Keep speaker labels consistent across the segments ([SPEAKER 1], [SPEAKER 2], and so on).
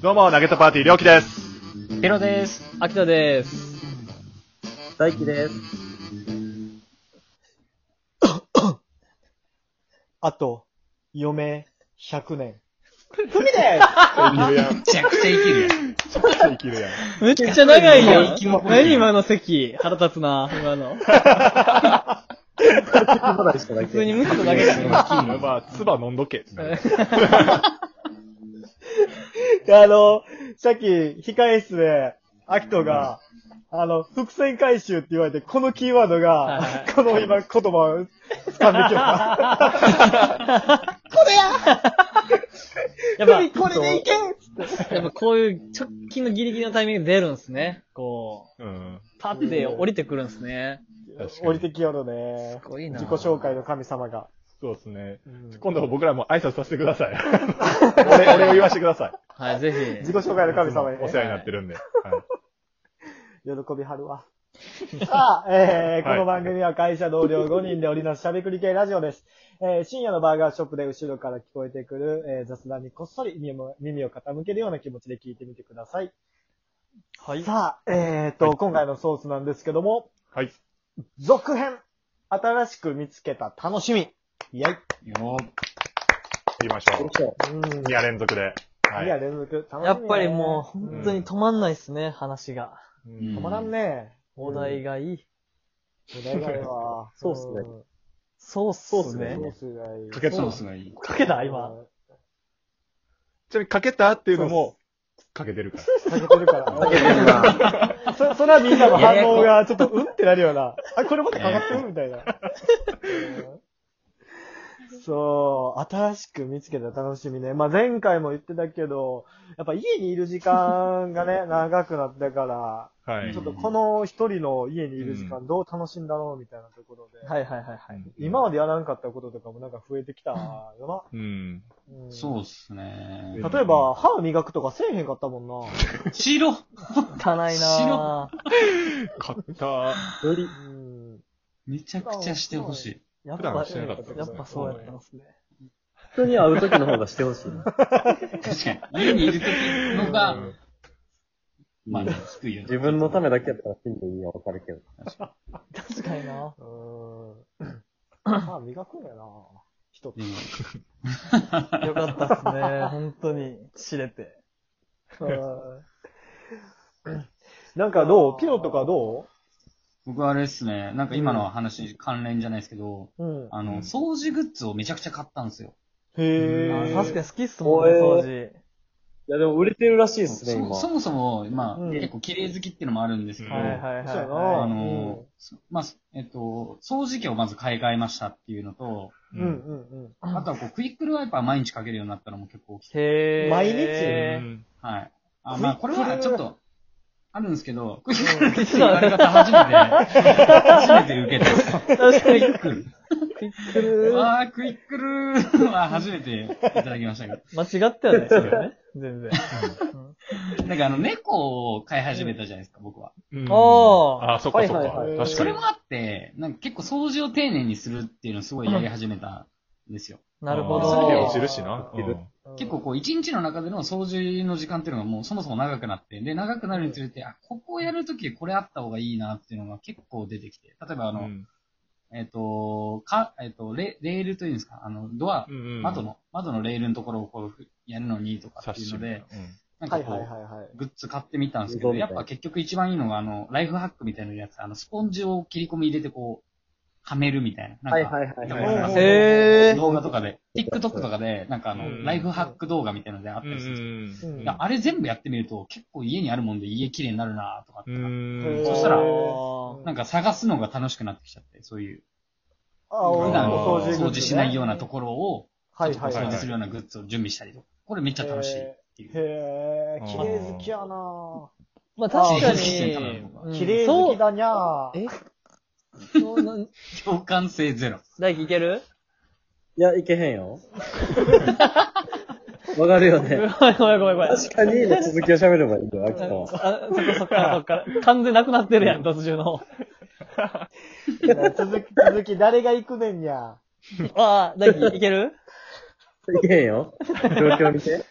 [SPEAKER 1] どうも、投げたパーティー、りょうきです。
[SPEAKER 2] ペロです。秋田です。
[SPEAKER 3] 大輝です。
[SPEAKER 4] あと、嫁100年。
[SPEAKER 3] 無理だよ
[SPEAKER 1] いるやん。
[SPEAKER 2] めちゃくちゃ生きるやん。
[SPEAKER 1] 生きるやん。
[SPEAKER 2] めっちゃ長い
[SPEAKER 3] 生
[SPEAKER 2] や
[SPEAKER 3] き物
[SPEAKER 2] ん。何今の席。腹立つな、今の。
[SPEAKER 3] 話しただ
[SPEAKER 2] 普通に
[SPEAKER 3] け。
[SPEAKER 2] 無視しただけだよ。
[SPEAKER 1] まあ、唾飲んどけ。
[SPEAKER 4] で、 あの、さっき、控え室で、アキトが、あの、伏線回収って言われて、このキーワード
[SPEAKER 2] い
[SPEAKER 4] が、
[SPEAKER 2] は
[SPEAKER 4] この今言葉を掴んできた。
[SPEAKER 2] やっぱ、や
[SPEAKER 3] これでいけ
[SPEAKER 2] っぱこういう直近のギリギリのタイミングで出るんですね。こ
[SPEAKER 1] うん。
[SPEAKER 2] う、パって降りてくるんですね。
[SPEAKER 1] 確かに
[SPEAKER 4] 降りてきよるね。
[SPEAKER 2] すごいな
[SPEAKER 4] 自己紹介の神様が。
[SPEAKER 1] そうですね。
[SPEAKER 4] うん
[SPEAKER 1] 今度僕らも挨拶させてください。俺、俺を言わせてください。
[SPEAKER 2] はい、ぜ
[SPEAKER 4] 自
[SPEAKER 2] ひ
[SPEAKER 4] 己。紹介の神様に、
[SPEAKER 1] お
[SPEAKER 4] ね
[SPEAKER 1] 世、話になってるんで。はい
[SPEAKER 4] 喜びはる わ。さあ、えー
[SPEAKER 1] は
[SPEAKER 4] こ
[SPEAKER 1] い
[SPEAKER 4] の番組は会社同僚5人でおりますしゃべくり系ラジオです。えー深夜のバーガーショップで後ろから聞こえてくる、えー雑談にこっそり耳を耳を傾けるような気持ちで聞いてみてください。
[SPEAKER 2] はい。
[SPEAKER 4] さあ、えーと、今回のソースなんですけども、
[SPEAKER 1] はい。
[SPEAKER 4] 続編新しく見つけた楽しみイェイ
[SPEAKER 1] 言いましょ
[SPEAKER 3] ど。
[SPEAKER 4] うん。
[SPEAKER 1] う。2夜連続で。はい
[SPEAKER 4] や、
[SPEAKER 1] い。
[SPEAKER 4] 連続、楽しみ、ね。
[SPEAKER 2] やっぱりもう、本当
[SPEAKER 1] うん
[SPEAKER 2] に止まんないっすね、話が。
[SPEAKER 1] うん
[SPEAKER 4] 止まらんね。
[SPEAKER 2] お題がいい。
[SPEAKER 4] お題がいいわ。
[SPEAKER 3] そうっすね
[SPEAKER 4] ん
[SPEAKER 2] そうっ
[SPEAKER 4] そうっ
[SPEAKER 2] す
[SPEAKER 4] すね
[SPEAKER 2] ね。。
[SPEAKER 4] そうっすね
[SPEAKER 1] かけた。ちな
[SPEAKER 5] がいい。
[SPEAKER 2] かけた今。。
[SPEAKER 1] みにかけたっていうのも、かけてるから。
[SPEAKER 4] かけてるから。 そ、それはみんなの反応が、ちょっと、うんってなるような。あ、これまたかかってるみたいな。うんそう、新しく見つけた楽しみね。まあ、前回も言ってたけど、やっぱ家にいる時間がね、長くなったから、
[SPEAKER 1] はい
[SPEAKER 4] ちょ。っとこの一人の家にいる時間どう楽しんだろうみたいなところで、
[SPEAKER 2] はいはいはいはい。
[SPEAKER 4] 今までやらなかったこととかもなんか増えてきたよ
[SPEAKER 1] うん。
[SPEAKER 4] な。うん
[SPEAKER 5] そうっすね。
[SPEAKER 4] 例えば、歯磨くとかせえへんかったもんな。
[SPEAKER 5] 白
[SPEAKER 2] 汚いなぁ。
[SPEAKER 1] 買った。
[SPEAKER 4] より。うん。
[SPEAKER 5] めちゃくちゃしてほしい。
[SPEAKER 2] やっ
[SPEAKER 1] 普
[SPEAKER 2] ぱ、
[SPEAKER 1] 段
[SPEAKER 2] や
[SPEAKER 1] は
[SPEAKER 2] っ
[SPEAKER 1] してなかったですね
[SPEAKER 2] ぱそうやったんですね。
[SPEAKER 3] 人に会う時の方がしてほしい。
[SPEAKER 5] 確かに。家にいる時の
[SPEAKER 1] う
[SPEAKER 5] が
[SPEAKER 1] ん、
[SPEAKER 5] まあ、低いよね。
[SPEAKER 3] 自分のためだけやったら死んでいいよ、わかるけど。
[SPEAKER 2] 確かにな
[SPEAKER 4] うーん。 まあ、磨くんやな人って。
[SPEAKER 5] うん
[SPEAKER 2] よかったっす ね。本当に、知れて。
[SPEAKER 4] なんかどうピロとかど
[SPEAKER 5] 僕はあれですね、なんか今の話に関連じゃないですけど、
[SPEAKER 4] ううん。
[SPEAKER 5] あ
[SPEAKER 1] うん
[SPEAKER 5] の、掃除グッズをめちゃくちゃ買ったんですよ。
[SPEAKER 4] へ
[SPEAKER 2] あ
[SPEAKER 4] ー。
[SPEAKER 2] 確かに好きっすもんね、
[SPEAKER 3] お
[SPEAKER 2] 掃
[SPEAKER 3] え
[SPEAKER 2] 除。
[SPEAKER 3] いや、でも売れてるらしいですね、
[SPEAKER 5] そ
[SPEAKER 3] 今。
[SPEAKER 5] そもそも、まあ、
[SPEAKER 4] うん
[SPEAKER 5] 結構綺麗好きってのもあるんですけど、
[SPEAKER 1] うん
[SPEAKER 2] はいはいはい
[SPEAKER 4] そうや
[SPEAKER 2] は
[SPEAKER 5] あ
[SPEAKER 4] なう
[SPEAKER 5] の
[SPEAKER 4] ん、
[SPEAKER 5] そまあ、えっと、掃除機をまず買い替えましたっていうのと、
[SPEAKER 4] うんうん
[SPEAKER 5] あとはこう、クイックルワイパー毎日かけるようになったのも結構大きい
[SPEAKER 2] い。へー。
[SPEAKER 4] 毎
[SPEAKER 1] う
[SPEAKER 4] 日
[SPEAKER 1] ん
[SPEAKER 5] はい。あ、まあ、これはちょっと、あるんですけど、クイックルって
[SPEAKER 2] 実
[SPEAKER 5] 言われ
[SPEAKER 2] は、
[SPEAKER 5] 方初めて、初めて受けた。
[SPEAKER 2] 確かに、
[SPEAKER 5] クイック
[SPEAKER 2] クイックル
[SPEAKER 5] ル。あー、クイックルは初めていただきましたけ
[SPEAKER 2] 間違ってはないですよね。 全然。
[SPEAKER 5] ど。なんかあの、猫を飼い始めたじゃないですか、僕は。
[SPEAKER 1] うん。
[SPEAKER 2] おー
[SPEAKER 1] あー、そっかそっか。
[SPEAKER 3] はいはい
[SPEAKER 4] はい
[SPEAKER 1] 確
[SPEAKER 5] そ
[SPEAKER 1] か
[SPEAKER 5] れ
[SPEAKER 1] に
[SPEAKER 5] も。あって、なんか結構掃除を丁寧にするっていうのをすごいやり始めたんですよ。
[SPEAKER 2] なるほ
[SPEAKER 1] あーそれで落ち
[SPEAKER 2] ど。
[SPEAKER 1] るしな。
[SPEAKER 3] うん
[SPEAKER 1] うん
[SPEAKER 4] うん。
[SPEAKER 5] 結構こう、一日の中での掃除の時間っていうのがもうそもそも長くなって、で、長くなるにつれて、あ、ここをやるときこれあった方がいいなっていうのが結構出てきて、例えばあの、えっ、と、か、えっ、とレ、レールというんですか、あの、ドア、窓の、窓のレールのところをこう、やるのにとかっていうので、なんか
[SPEAKER 4] はい
[SPEAKER 5] こ、
[SPEAKER 4] はいはいうはい。
[SPEAKER 5] グッズ買ってみたんですけ
[SPEAKER 3] う
[SPEAKER 5] ど、
[SPEAKER 3] ん
[SPEAKER 5] やっぱ結局一番いいのが、あの、ライフハックみたいなやつ、あの、スポンジを切り込み入れてこう、はめるみたいな。
[SPEAKER 3] は
[SPEAKER 5] ないんか、
[SPEAKER 3] はいはい
[SPEAKER 5] なんか
[SPEAKER 3] は
[SPEAKER 5] こ
[SPEAKER 3] い。
[SPEAKER 5] う
[SPEAKER 2] へー。
[SPEAKER 5] 動画とかで、TikTok とかで、なんかあ
[SPEAKER 1] うん
[SPEAKER 5] の、ライフハック動画みたいなのであったりするんですよ。
[SPEAKER 1] うん
[SPEAKER 4] うん
[SPEAKER 5] いやあれ全部やってみると、結構家にあるもんで家綺麗になるなとかって、
[SPEAKER 1] うん
[SPEAKER 5] そしたら
[SPEAKER 4] へー
[SPEAKER 5] なんか探すのが楽しくなってきちゃって、そういう、
[SPEAKER 4] あ
[SPEAKER 5] 普段
[SPEAKER 1] お
[SPEAKER 5] 掃
[SPEAKER 1] 掃除グッズね
[SPEAKER 5] 除しないようなと
[SPEAKER 4] こ。
[SPEAKER 5] ころを、
[SPEAKER 4] はい
[SPEAKER 5] ちょ
[SPEAKER 4] は
[SPEAKER 5] っ
[SPEAKER 4] い
[SPEAKER 5] と掃
[SPEAKER 4] は
[SPEAKER 5] 除
[SPEAKER 4] い。
[SPEAKER 5] するようなグッズを準備したりとか。これめっちゃ楽しいっていう。
[SPEAKER 4] へー、綺麗好きやなぁ。
[SPEAKER 2] まあ確か
[SPEAKER 5] あー綺麗好きだ
[SPEAKER 2] に
[SPEAKER 5] な僕は、
[SPEAKER 2] うん
[SPEAKER 4] 綺麗好きだにゃぁ。
[SPEAKER 2] そう、そうなん
[SPEAKER 5] 共感性ゼロ。
[SPEAKER 2] 大輝いける
[SPEAKER 3] いや、いけへん よ。わかるよ
[SPEAKER 2] ごめ
[SPEAKER 3] ね。
[SPEAKER 2] んごめんご めんごめん。
[SPEAKER 3] 確かに、の続きを喋ればいいよ、秋田は。
[SPEAKER 2] あ、そっかそっからそっから。完全なくなってるやん、突中の。
[SPEAKER 4] 続き、続き、誰が行くねんにゃ。
[SPEAKER 2] ああ、大輝いける
[SPEAKER 3] いけへんよ。状況見 て。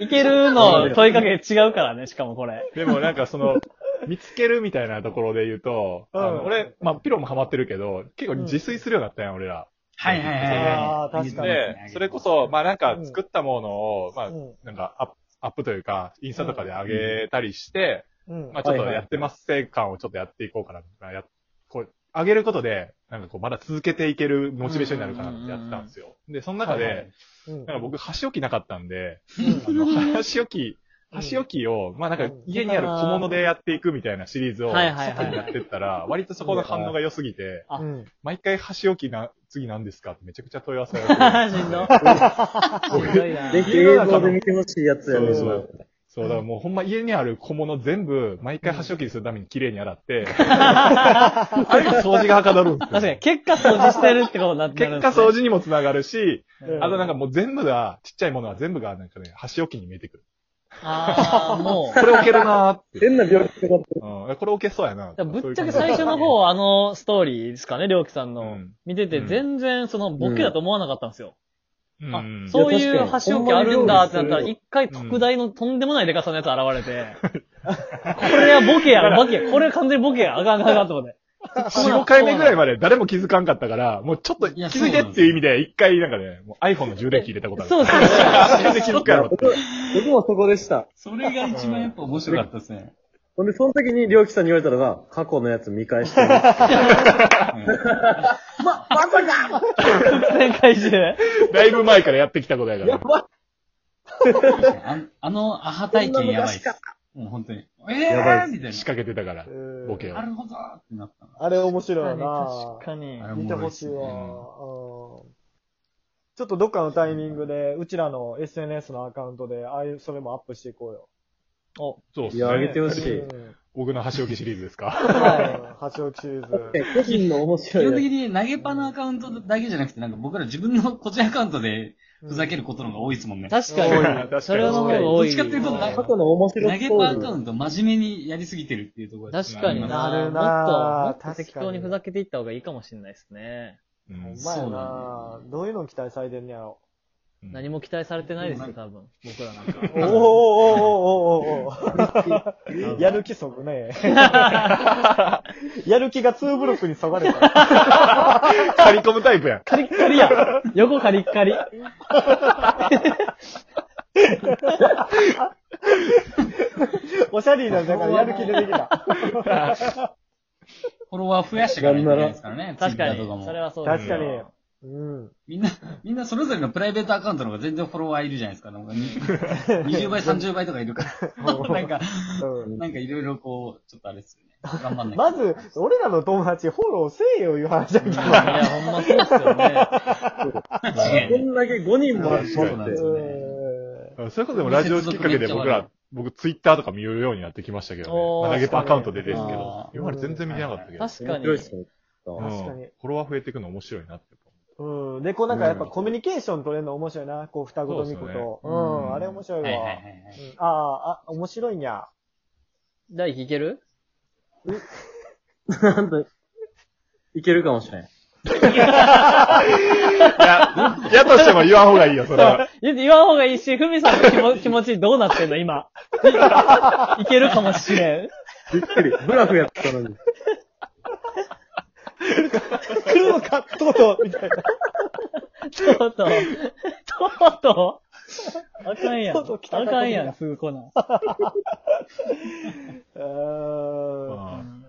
[SPEAKER 2] いけるの問いかけ違うからね、しかもこ れ。
[SPEAKER 1] でもなんかその、見つけるみたいなところで言うと、
[SPEAKER 4] うん
[SPEAKER 1] あの俺、まあ、ピロもハマってるけど、結構自炊するようになったんや、俺ら。
[SPEAKER 5] はいはいはいはい。
[SPEAKER 4] あー確かに
[SPEAKER 1] で、それこそ、まあ、なんか作ったものを、まあ
[SPEAKER 4] う、ん。
[SPEAKER 1] なんかアップアップというか、インスタとかで上げたりして、
[SPEAKER 4] うん。
[SPEAKER 1] まあ、ちょっと
[SPEAKER 3] はいはい
[SPEAKER 1] やってます生感をちょっとやっていこうかな、まあやこう、上げることで、なんかこう、まだ続けていけるモチベーションになるかなってやってたんですよ。で、その中で、
[SPEAKER 5] はいはい
[SPEAKER 4] うん
[SPEAKER 1] なんか僕、箸置きなかったんで、
[SPEAKER 4] うん
[SPEAKER 1] あの箸置き、箸置きを、まあなんか家にある小物でやっていくみたいなシリーズを、
[SPEAKER 2] はいはいはい
[SPEAKER 1] 外にやってったら、割とそこの反応が良すぎて、
[SPEAKER 2] あ
[SPEAKER 4] うん。
[SPEAKER 1] 毎回箸置きな、次何ですかってめちゃくちゃ問い合わせ が
[SPEAKER 2] あ
[SPEAKER 1] 来
[SPEAKER 2] ー
[SPEAKER 1] る
[SPEAKER 2] しんど。
[SPEAKER 1] 俺
[SPEAKER 2] しんどいな。
[SPEAKER 3] ぜひ映像で見てほしいやつやねん
[SPEAKER 1] そうそ
[SPEAKER 3] な。
[SPEAKER 1] うそう、だからもうほんま家にある小物全部、毎回箸置きにするために綺麗に洗 って、あれが掃除がはかどるんですよ。
[SPEAKER 2] 確かに、結果掃除してるってことになって
[SPEAKER 1] 結
[SPEAKER 2] るん
[SPEAKER 1] 果
[SPEAKER 2] ですね
[SPEAKER 1] 掃除にもつながるし、
[SPEAKER 4] うん
[SPEAKER 1] あとなんかもう全部が、ちっちゃいものは全部がなんかね、箸置きに見えてくる。
[SPEAKER 2] ああ、もう。
[SPEAKER 1] これ置けるなーって。
[SPEAKER 3] 変な病気とかって
[SPEAKER 1] うん、これ置けそうやな。
[SPEAKER 2] だからぶっちゃけ
[SPEAKER 1] そう
[SPEAKER 2] 最
[SPEAKER 1] いう感じ
[SPEAKER 2] 初の方、あのストーリーですかね、りょうきさん
[SPEAKER 1] う
[SPEAKER 2] の
[SPEAKER 1] ん。
[SPEAKER 2] 見てて、
[SPEAKER 1] うん
[SPEAKER 2] 全然そのボケだと思わなかったんですよ。
[SPEAKER 1] うん
[SPEAKER 2] あ
[SPEAKER 1] うん、
[SPEAKER 2] そうい
[SPEAKER 3] いや
[SPEAKER 2] う
[SPEAKER 3] 確かに
[SPEAKER 2] 箸置きあるんだってなったら、
[SPEAKER 3] ほんまに料理する
[SPEAKER 2] 一回特大のとんでもないデカさのやつ現れて、これはボケや、ボケや、これは完全にボケや、あかんあかんあかんと思って。
[SPEAKER 1] 四五回目ぐらいまで誰も気づかんかったから、もうちょっと
[SPEAKER 5] い
[SPEAKER 1] 気
[SPEAKER 5] や
[SPEAKER 1] づいてっていう意味で、一回なんかね、もう iPhone の充電器入れたことある。
[SPEAKER 2] そう
[SPEAKER 1] う。
[SPEAKER 2] そうそう。
[SPEAKER 1] 全然気づくやろって。
[SPEAKER 3] 僕もそこでした。
[SPEAKER 5] それが一番やっぱ面白かったですね。
[SPEAKER 3] ほんで、その時に、りょうきさんに言われたのが、過去のやつ 見返してる。
[SPEAKER 2] 伏線回収。
[SPEAKER 1] だいぶ前からやってきたことやから。
[SPEAKER 5] あのあのアハ体験やばいっす。もう本当に。え
[SPEAKER 3] やばいっ
[SPEAKER 5] ぇー
[SPEAKER 3] す
[SPEAKER 5] みたい
[SPEAKER 1] 仕掛けてたから、
[SPEAKER 4] うん
[SPEAKER 1] ボケを
[SPEAKER 5] な。な。るほどーってなったの。
[SPEAKER 4] あれ面白いよな
[SPEAKER 2] 確かに。
[SPEAKER 5] あれ
[SPEAKER 4] 見てほしいわ。
[SPEAKER 5] お
[SPEAKER 4] うん
[SPEAKER 1] も
[SPEAKER 4] ちょっとどっかのタイミングで、うちらの SNS のアカウントで、ああいう、それもアップしていこうよ。
[SPEAKER 1] そうっす
[SPEAKER 3] いや、あげ
[SPEAKER 1] ね
[SPEAKER 3] て。ほしい。
[SPEAKER 4] うん
[SPEAKER 1] 僕の箸置きシリーズですか。
[SPEAKER 4] 八王子シリーズ。
[SPEAKER 3] 個人の面
[SPEAKER 5] 基本
[SPEAKER 3] 白
[SPEAKER 5] 的
[SPEAKER 3] いや
[SPEAKER 5] に投げっぱのアカウントだけじゃなくて、なんか僕ら自分の個人アカウントでふざけることの方が多いですもんね。
[SPEAKER 2] 確
[SPEAKER 4] 多い
[SPEAKER 1] 確
[SPEAKER 2] か
[SPEAKER 4] な
[SPEAKER 1] か
[SPEAKER 2] に。
[SPEAKER 1] に
[SPEAKER 2] それの方が多い。
[SPEAKER 5] どっちかっていうとな
[SPEAKER 3] つ。過去の面
[SPEAKER 5] 投
[SPEAKER 3] 白
[SPEAKER 5] げ
[SPEAKER 3] い
[SPEAKER 5] っ
[SPEAKER 3] スト
[SPEAKER 5] ぱア
[SPEAKER 3] ーリ
[SPEAKER 5] カウ
[SPEAKER 3] ー。
[SPEAKER 5] ント真面目にやりすぎてるっていうところ
[SPEAKER 2] 確かにな。
[SPEAKER 4] なる
[SPEAKER 2] も
[SPEAKER 4] な
[SPEAKER 2] っと、もっと適当にふざけていった方がいいかもしれないですね。
[SPEAKER 1] う
[SPEAKER 4] ほ
[SPEAKER 1] ん
[SPEAKER 4] んまや
[SPEAKER 5] そう
[SPEAKER 4] な
[SPEAKER 5] だ
[SPEAKER 4] どういうの期待されてんねやろ。
[SPEAKER 2] 何も期待されてないですよ、多分。僕らなんか。
[SPEAKER 4] おーおーおーおーおーおーやる気そぐね。やる気がツーブロックにそがれた。
[SPEAKER 1] 刈り込むタイプやん。
[SPEAKER 2] カリッカリやん。横カリッカリ。
[SPEAKER 4] おしゃれになるからやる気出てきた。
[SPEAKER 5] フォロワー増やしていかないといけないですからね。
[SPEAKER 2] 確か
[SPEAKER 5] Twitter とか
[SPEAKER 2] に。
[SPEAKER 5] も
[SPEAKER 2] それはそうです
[SPEAKER 4] 確
[SPEAKER 2] よ
[SPEAKER 4] かに。うん。
[SPEAKER 5] みんな、みんなそれぞれのプライベートアカウントの方が全然フォロワーいるじゃないですか。なんかに20倍、30倍とかいるから。なんか、
[SPEAKER 4] うん
[SPEAKER 5] なんかいろいろこう、ちょっとあれですよね。頑張んないと。
[SPEAKER 4] まず、俺らの友達フォローせえよ、いう話だけど。
[SPEAKER 2] いや、ほんまそうっすよね。
[SPEAKER 3] こんだけ5人もあって
[SPEAKER 5] そうなんですよね。
[SPEAKER 4] う
[SPEAKER 1] それこそでもラジオきっかけで僕ら、僕ツイッターとか見るようになってきましたけど
[SPEAKER 2] おー
[SPEAKER 1] ね。投げっぱアカウントでですけ
[SPEAKER 5] あ
[SPEAKER 1] ど
[SPEAKER 5] ー、
[SPEAKER 1] 今まで全然見てなかったけど。
[SPEAKER 2] 確か
[SPEAKER 3] 面
[SPEAKER 2] に。
[SPEAKER 3] 白いっすね。
[SPEAKER 1] うん
[SPEAKER 4] 確かに
[SPEAKER 1] フォロワー増えていくの面白いなって。
[SPEAKER 4] んうん。で、こうなんかやっぱコミュニケーション取れるの面白いな。こう、双子とミコ
[SPEAKER 1] そうですよ
[SPEAKER 4] と。う
[SPEAKER 5] ね
[SPEAKER 4] ん。あれ面白い
[SPEAKER 5] はいはいは
[SPEAKER 4] わ。
[SPEAKER 5] いはい。
[SPEAKER 4] うんああ、あ、面白いにゃ。
[SPEAKER 2] 第一いける
[SPEAKER 3] なんと、いけるかもしれん。
[SPEAKER 1] いや、やとしても言わん方がいいよ、それ は。
[SPEAKER 2] 言言わん方がいいし、ふみさんの気も気持ちどうなってんの今。いけるかもしれん。
[SPEAKER 3] びっくり。ブラフやったのに。
[SPEAKER 4] 来るのか、とうとう、みたい な。
[SPEAKER 2] とうとう。とうとう。あかんやん。
[SPEAKER 4] とうとう来たか
[SPEAKER 2] あかんやん、すぐ来ない。
[SPEAKER 4] うーん。
[SPEAKER 1] うん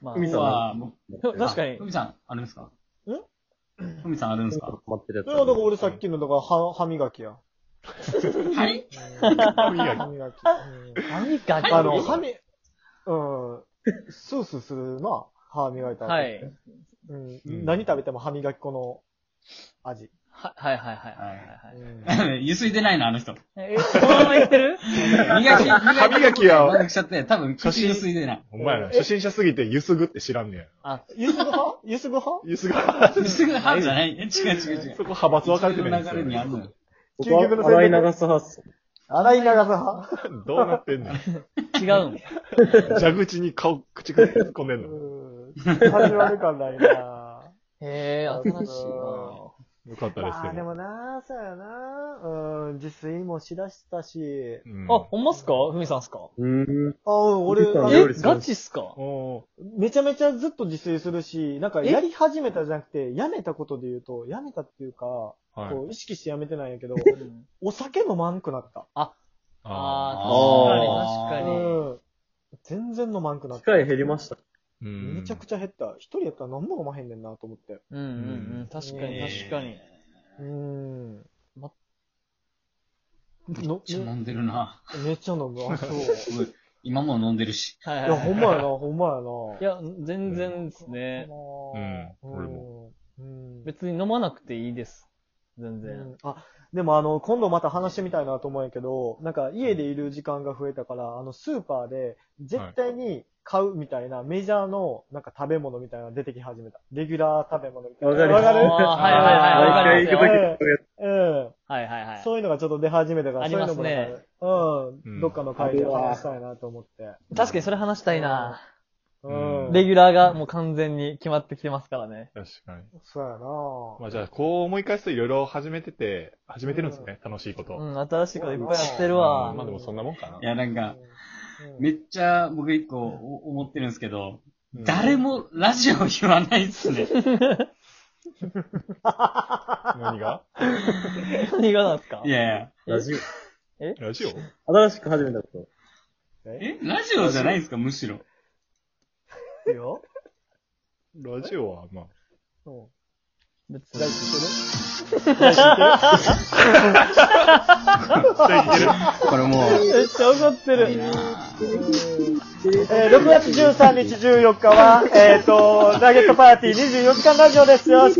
[SPEAKER 2] まあ
[SPEAKER 3] ふみ
[SPEAKER 5] 今
[SPEAKER 3] さ
[SPEAKER 5] 日
[SPEAKER 3] ん
[SPEAKER 5] は、も
[SPEAKER 2] ふ確かに
[SPEAKER 5] ふ。みさん、あるんですかふみさん、あるんですか
[SPEAKER 3] 待ってる
[SPEAKER 4] それはだから
[SPEAKER 3] や
[SPEAKER 4] 俺さっきの、だから歯、歯磨 きや。
[SPEAKER 5] はい。
[SPEAKER 1] 歯磨
[SPEAKER 4] 歯
[SPEAKER 1] き
[SPEAKER 4] 磨き。
[SPEAKER 2] 何か
[SPEAKER 4] うんあの、歯み、うん。スースーするな、歯磨いた後
[SPEAKER 2] はい。
[SPEAKER 4] うん。
[SPEAKER 1] うん
[SPEAKER 4] 何食べても歯磨き粉の味。
[SPEAKER 2] ははいはいはいはいはい。
[SPEAKER 4] うん
[SPEAKER 5] ゆすい でないの、あの人。
[SPEAKER 2] え、そのままいってる
[SPEAKER 5] 磨き、
[SPEAKER 1] 歯磨きは
[SPEAKER 5] 磨きしちゃって、多分、口ゆすいでない。
[SPEAKER 1] お前ら、初心者すぎてゆすぐって知らんねや。
[SPEAKER 2] あ、
[SPEAKER 4] ゆすぐ歯ゆすぐ歯
[SPEAKER 1] ゆすぐ、
[SPEAKER 5] ゆすぐ歯じゃない。え違う違う 違う。
[SPEAKER 1] そこ派閥分かれてるんで
[SPEAKER 5] 流
[SPEAKER 1] す
[SPEAKER 5] れに
[SPEAKER 1] よ。
[SPEAKER 5] あるのよ。
[SPEAKER 3] 僕
[SPEAKER 4] 究極の
[SPEAKER 3] は
[SPEAKER 4] 選
[SPEAKER 3] 洗い
[SPEAKER 4] 択
[SPEAKER 3] 流すはず。
[SPEAKER 4] 洗い流す歯
[SPEAKER 1] どうなってん ねん。
[SPEAKER 2] 違うん。
[SPEAKER 1] 蛇口に顔、口から突っ込んでん
[SPEAKER 4] う
[SPEAKER 1] の。
[SPEAKER 4] ん。始まる感ないな
[SPEAKER 2] へえ、新しいな
[SPEAKER 1] よかったです
[SPEAKER 4] あ
[SPEAKER 1] け
[SPEAKER 4] ーで
[SPEAKER 1] ど。
[SPEAKER 4] もなー、そうやなー。うん、自炊もしだしたし。
[SPEAKER 1] うん
[SPEAKER 2] あ、ほんまっすかふみさんっすか
[SPEAKER 3] うん。
[SPEAKER 4] あー、俺、
[SPEAKER 3] 自炊
[SPEAKER 4] あ
[SPEAKER 3] は
[SPEAKER 4] の
[SPEAKER 2] え
[SPEAKER 3] 料理する
[SPEAKER 2] ガチっすか
[SPEAKER 1] お
[SPEAKER 4] めちゃめちゃずっと自炊するし、なんか
[SPEAKER 2] え
[SPEAKER 4] やり始めたじゃなくて、やめたことで言うと、やめたっていうか、
[SPEAKER 1] ーはい。
[SPEAKER 4] こう意識してやめてないんやけど、
[SPEAKER 2] うん
[SPEAKER 4] お酒飲まんくなった。
[SPEAKER 2] あー、確か
[SPEAKER 5] は
[SPEAKER 2] に確
[SPEAKER 5] い
[SPEAKER 2] かに。
[SPEAKER 4] うん。全然飲まんくなっ
[SPEAKER 3] 機
[SPEAKER 4] た。
[SPEAKER 3] 会減りました。
[SPEAKER 1] ーうん
[SPEAKER 4] めちゃくちゃ減った。一人やったら何も飲まへんねんなと思って。
[SPEAKER 2] うんうんうん。確かに
[SPEAKER 4] ね
[SPEAKER 2] 確かに。
[SPEAKER 4] うーん。
[SPEAKER 2] ま
[SPEAKER 4] の
[SPEAKER 5] ちょっと飲んでるな。
[SPEAKER 4] めっちゃ飲む。あ、そう。い
[SPEAKER 5] すごい。今も飲んでるし。
[SPEAKER 2] はい
[SPEAKER 4] や、
[SPEAKER 2] はい。
[SPEAKER 4] ほんまやな、ほんまやな。
[SPEAKER 2] いや、全然ですね。
[SPEAKER 1] うん俺も。
[SPEAKER 4] うん。
[SPEAKER 2] 別に飲まなくていいです。全
[SPEAKER 4] う
[SPEAKER 2] 然。
[SPEAKER 4] んあ、でもあの、今度また話してみたいなと思うんやけど、なんか家でいる時間が増えたから、あの、スーパーで絶対に買うみたいな、メジャーのなんか食べ物みたいなの出てき始めた。レギュラー食べ物みたいな。
[SPEAKER 3] わかる
[SPEAKER 2] あー
[SPEAKER 4] わかる
[SPEAKER 2] はいはいはい。わかり
[SPEAKER 3] 毎回
[SPEAKER 2] ま
[SPEAKER 3] 行
[SPEAKER 2] すよ
[SPEAKER 3] くときにこれやって
[SPEAKER 4] うん。
[SPEAKER 2] はいはいはい。
[SPEAKER 4] そういうのがちょっと出始めたから、
[SPEAKER 2] ありますね
[SPEAKER 4] そういうのもなんか、
[SPEAKER 1] う
[SPEAKER 4] うんん。どっかの会で話したいなと思って。
[SPEAKER 2] 確かにそれ話したいな。
[SPEAKER 4] う。
[SPEAKER 1] うん
[SPEAKER 2] レギュラーがもう完全に決まってきてますからね。
[SPEAKER 1] 確かに。
[SPEAKER 4] そうやな
[SPEAKER 1] まあじゃあ、こう思い返すといろいろ始めてて、始めてるんですね。楽しいこと。
[SPEAKER 2] うん、新しいこといっぱいやってるわ
[SPEAKER 1] うん。まあでもそんなもんか
[SPEAKER 5] い
[SPEAKER 1] な。
[SPEAKER 5] や、なんか、
[SPEAKER 4] うん
[SPEAKER 5] めっちゃ僕一個お思ってるんですけど、
[SPEAKER 1] うん
[SPEAKER 5] 誰もラジオ言わないっすね。
[SPEAKER 1] 何が
[SPEAKER 2] 何がなんですか
[SPEAKER 5] いやいや。
[SPEAKER 3] ラジ
[SPEAKER 1] ラジオ
[SPEAKER 3] オ。新しく始めたこ
[SPEAKER 5] えラジオじゃないですか、むしろ。
[SPEAKER 4] いいよ。
[SPEAKER 1] ラジオは、まあ。
[SPEAKER 4] うん。
[SPEAKER 2] 別
[SPEAKER 4] 大
[SPEAKER 2] に
[SPEAKER 4] 地して
[SPEAKER 1] じゃあいける
[SPEAKER 5] これもう。
[SPEAKER 2] めっちゃ怒って
[SPEAKER 5] いい
[SPEAKER 2] る。
[SPEAKER 5] なぁ
[SPEAKER 4] えー6月13日14日は、えっ、と、ナゲットパーティー24時間ラジオですよ。